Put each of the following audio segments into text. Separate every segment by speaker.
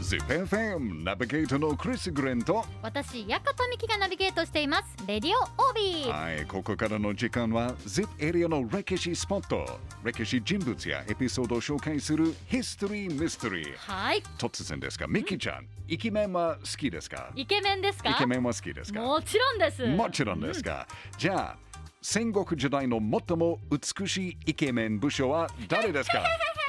Speaker 1: ZIPFM ナビゲートのクリス・グレンと
Speaker 2: 私ヤカトミキがナビゲートしていますレディオオービー
Speaker 1: はいここからの時間は ZIP エリアの歴史スポット歴史人物やエピソードを紹介するヒストリー・ミステリー
Speaker 2: はい
Speaker 1: 突然ですがミキちゃんイケメンは好きですか
Speaker 2: イケメンですか
Speaker 1: イケメンは好きですか
Speaker 2: もちろんです
Speaker 1: もちろんですが、じゃあ戦国時代の最も美しいイケメン武将は誰ですか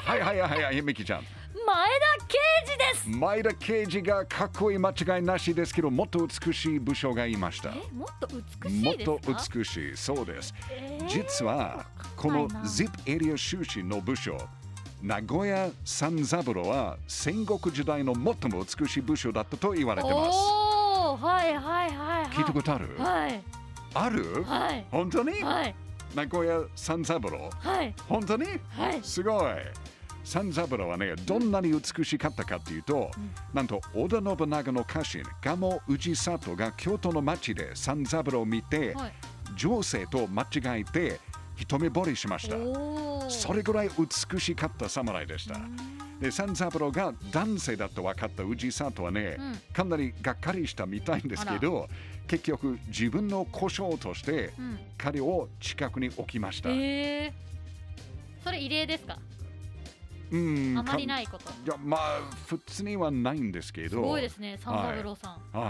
Speaker 1: はいはいはいはいミキちゃん
Speaker 2: 前田圭司です
Speaker 1: 前田慶次がかっこいい間違いなしですけどもっと美しい武将がいました
Speaker 2: えもっと美しい
Speaker 1: もっ
Speaker 2: ですか
Speaker 1: と美しいそうです
Speaker 2: えー
Speaker 1: 実はこ
Speaker 2: わか
Speaker 1: の
Speaker 2: んないな
Speaker 1: ZIP エリア出身の武将名古屋三三郎は戦国時代の最も美しい武将だったと言われてます
Speaker 2: おおはいはいはいはい
Speaker 1: 聞いたことある
Speaker 2: はい
Speaker 1: ある
Speaker 2: はい
Speaker 1: 本当に
Speaker 2: はい
Speaker 1: 名古屋三三郎
Speaker 2: はい
Speaker 1: 本当に
Speaker 2: はい
Speaker 1: すごいサンザブラはねどんなに美しかったかっていうと、なんと織田信長の家臣蒲生氏里が京都の町でサンザブラを見て、
Speaker 2: はい
Speaker 1: 女性と間違えて一目惚れしました
Speaker 2: おお
Speaker 1: それぐらい美しかった侍でしたでサンザブラが男性だと分かった氏里はね、
Speaker 2: うん
Speaker 1: かなりがっかりしたみたいんですけど結局自分の故障として
Speaker 2: うん
Speaker 1: 彼を近くに置きました、
Speaker 2: えーそれ異例ですか
Speaker 1: うん
Speaker 2: あまり
Speaker 1: か
Speaker 2: ないことす
Speaker 1: いやまあ普通にはないんですけど
Speaker 2: ごいですね三三郎さん
Speaker 1: は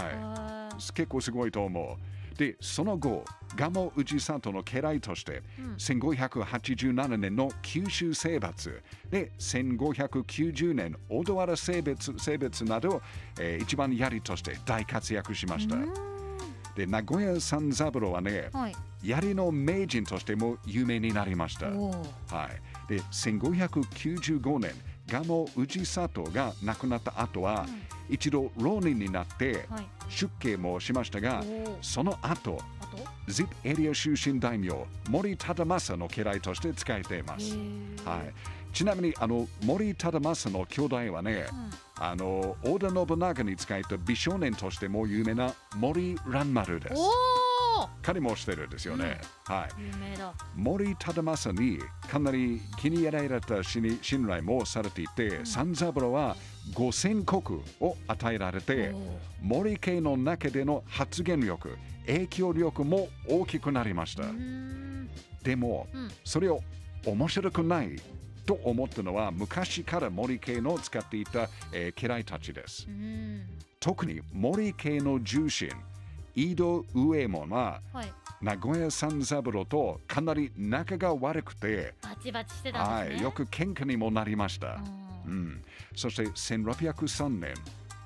Speaker 2: はい
Speaker 1: 結構すごいと思うでその後蒲生氏里の家来として、
Speaker 2: うん
Speaker 1: 1587年の九州征伐で1590年小田原征別征別など、えー一番槍として大活躍しました、
Speaker 2: うーん
Speaker 1: で名古屋三三郎はね
Speaker 2: はい
Speaker 1: 槍の名人としても有名になりました
Speaker 2: おー
Speaker 1: はい、で1595年蒲生氏里が亡くなった後は、一度浪人になって
Speaker 2: はい
Speaker 1: 出家もしましたが、
Speaker 2: おー
Speaker 1: その後
Speaker 2: あと
Speaker 1: ZIP エリア出身大名森忠政の家来として使えていま
Speaker 2: へ
Speaker 1: す、
Speaker 2: ー
Speaker 1: はい、ちなみにあの森忠政の兄弟はね、あの織田信長に仕えた美少年としても有名な森蘭丸です
Speaker 2: おお
Speaker 1: 彼もしてるんですよね、はい
Speaker 2: 有名だ
Speaker 1: 森忠政にかなり気に入られた信信頼もされていて、三三郎は5000国を与えられて
Speaker 2: おー
Speaker 1: 森家の中での発言力影響力も大きくなりました、
Speaker 2: うーん
Speaker 1: でも、
Speaker 2: うん
Speaker 1: それを面白くないと思ったのは昔から森家の使っていた、えー家来たちです
Speaker 2: うーん
Speaker 1: 特に森家の重臣井戸右衛門は
Speaker 2: はい
Speaker 1: 名古屋三三郎とかなり仲が悪くて、
Speaker 2: バチバチしてた
Speaker 1: は
Speaker 2: んです
Speaker 1: い、
Speaker 2: ね
Speaker 1: よく喧嘩にもなりました
Speaker 2: あ。
Speaker 1: う
Speaker 2: ー
Speaker 1: ん、そして1603年、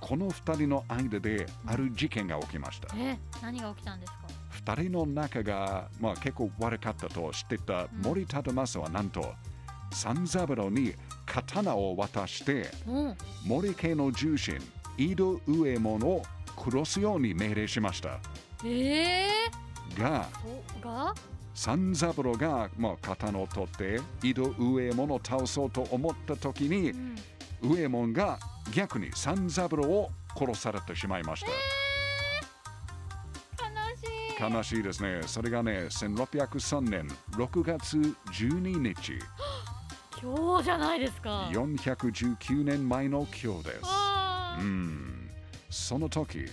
Speaker 1: この2人の間である事件が起きました。
Speaker 2: え何が起きたんですか
Speaker 1: 2人の仲が、まあ、結構悪かったと知ってた森忠政はなんと、三三郎に刀を渡して、
Speaker 2: うん
Speaker 1: 森家の重臣、井戸右衛門を殺すように命令しました。
Speaker 2: ええ
Speaker 1: が、
Speaker 2: そうが
Speaker 1: 三三郎が、まあ、刀を取って井戸上衛門を倒そうと思った時に
Speaker 2: う、ん
Speaker 1: 上衛門が逆に三三郎を殺されてしまいました、
Speaker 2: 悲しい
Speaker 1: 悲しいですねそれがね1603年6月12日
Speaker 2: 今日じゃないですか
Speaker 1: 419年前の今日です
Speaker 2: あ
Speaker 1: う
Speaker 2: ー
Speaker 1: んその時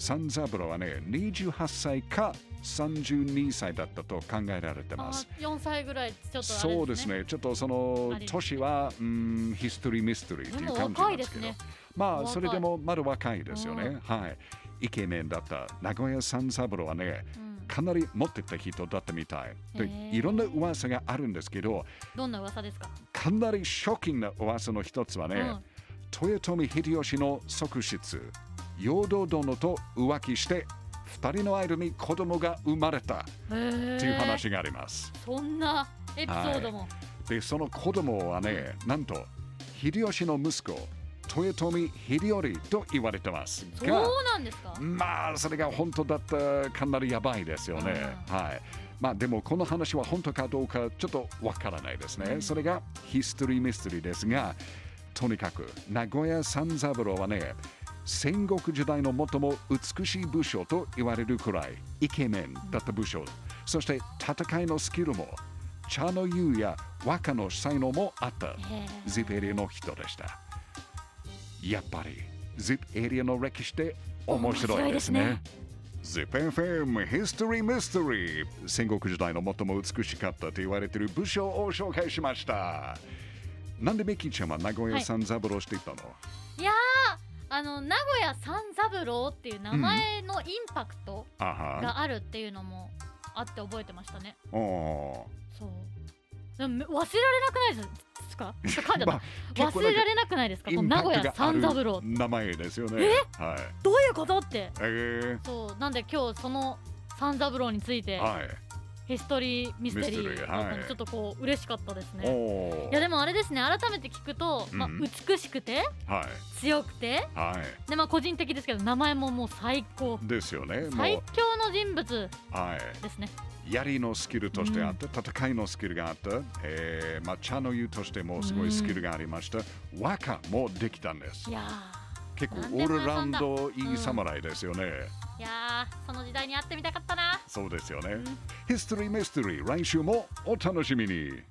Speaker 1: 三三郎はね28歳か32歳だったと考えられて
Speaker 2: あ
Speaker 1: ます
Speaker 2: ー4歳ぐらいちょっとあれ
Speaker 1: そうですね、ちょっとその
Speaker 2: あれ
Speaker 1: 年は、うん、ヒストリーミステリーっていう感じなんですけど、
Speaker 2: でも若いですね
Speaker 1: ま
Speaker 2: お
Speaker 1: あ、
Speaker 2: 若い
Speaker 1: それでもまだ若いですよね。はい。イケメンだった名古屋三三郎はね、
Speaker 2: うん
Speaker 1: かなり持ってた人だったみたい。
Speaker 2: へ
Speaker 1: で、
Speaker 2: ー
Speaker 1: いろんな噂があるんですけど、
Speaker 2: どんな噂ですか
Speaker 1: かなりショッキングな噂の一つはね、
Speaker 2: うん
Speaker 1: 豊臣秀吉の側室、陽道殿と浮気して、二人の間に子供が生まれた
Speaker 2: へえ
Speaker 1: という話があります。
Speaker 2: そんなエピソードも
Speaker 1: でその子供はね、なんと秀吉の息子豊臣秀頼と言われてます
Speaker 2: そう
Speaker 1: が
Speaker 2: なんですか
Speaker 1: まあそれが本当だったらかなりやばいですよね、
Speaker 2: う
Speaker 1: はいまあでもこの話は本当かどうかちょっとわからないですね、
Speaker 2: うん
Speaker 1: それがヒストリーミステリーですがとにかく名古屋三三郎はね戦国時代の最も美しい武将と言われるくらいイケメンだった武将、そして戦いのスキルも茶の湯や和歌の才能もあった
Speaker 2: へー
Speaker 1: ゼペリの人でしたやっぱり ZIP エリアの歴史って面白いですね。ZIPFM History Mystery 戦国時代の最も美しかったと言われている武将を紹介しました。なんでメッキーちゃんは名古屋
Speaker 2: はい
Speaker 1: さん三郎していたの、
Speaker 2: いやーあの名古屋三三郎っていう名前のインパクト
Speaker 1: あは
Speaker 2: があるっていうのもあって覚えてましたね
Speaker 1: お
Speaker 2: そうでもめ忘れられなくないです かちょっと噛んじゃっ
Speaker 1: あ、
Speaker 2: た
Speaker 1: 結構
Speaker 2: 忘
Speaker 1: なんか
Speaker 2: れ
Speaker 1: ら
Speaker 2: れなくないですか
Speaker 1: イ
Speaker 2: この
Speaker 1: ン
Speaker 2: 名
Speaker 1: パ
Speaker 2: 古
Speaker 1: クト
Speaker 2: 屋
Speaker 1: があ
Speaker 2: 三三郎
Speaker 1: る名前ですよね。はい。
Speaker 2: どういうことって
Speaker 1: え
Speaker 2: そうなんで今日その三三郎について
Speaker 1: ー、はい。
Speaker 2: ヒストリーミステリ
Speaker 1: ミステリー
Speaker 2: ーだったん
Speaker 1: は
Speaker 2: で
Speaker 1: い
Speaker 2: ちょっとこう嬉しかったです
Speaker 1: お
Speaker 2: ね
Speaker 1: お
Speaker 2: いや。でもあれですね改めて聞くと、まあ
Speaker 1: うん、
Speaker 2: 美しくて
Speaker 1: は
Speaker 2: 強くて
Speaker 1: い。はい。
Speaker 2: でまあ個人的ですけど名前ももう最高
Speaker 1: ですよね。も
Speaker 2: 最
Speaker 1: う、
Speaker 2: 強の人物
Speaker 1: はい。
Speaker 2: ですね
Speaker 1: 槍のスキルとしてあって、戦いのスキルがあって、えーまあ、茶の湯としてもすごいスキルがありました、和歌もできたんです
Speaker 2: いや
Speaker 1: 結構
Speaker 2: なん
Speaker 1: オ
Speaker 2: で
Speaker 1: ー
Speaker 2: も
Speaker 1: ル
Speaker 2: 屋
Speaker 1: ラ
Speaker 2: さ
Speaker 1: ウン
Speaker 2: んだ
Speaker 1: ドい
Speaker 2: うん
Speaker 1: い侍ですよね、
Speaker 2: ーいやーその時代に会ってみたかったな
Speaker 1: そうですよね、
Speaker 2: ん
Speaker 1: ヒストリーミステリー来週もお楽しみに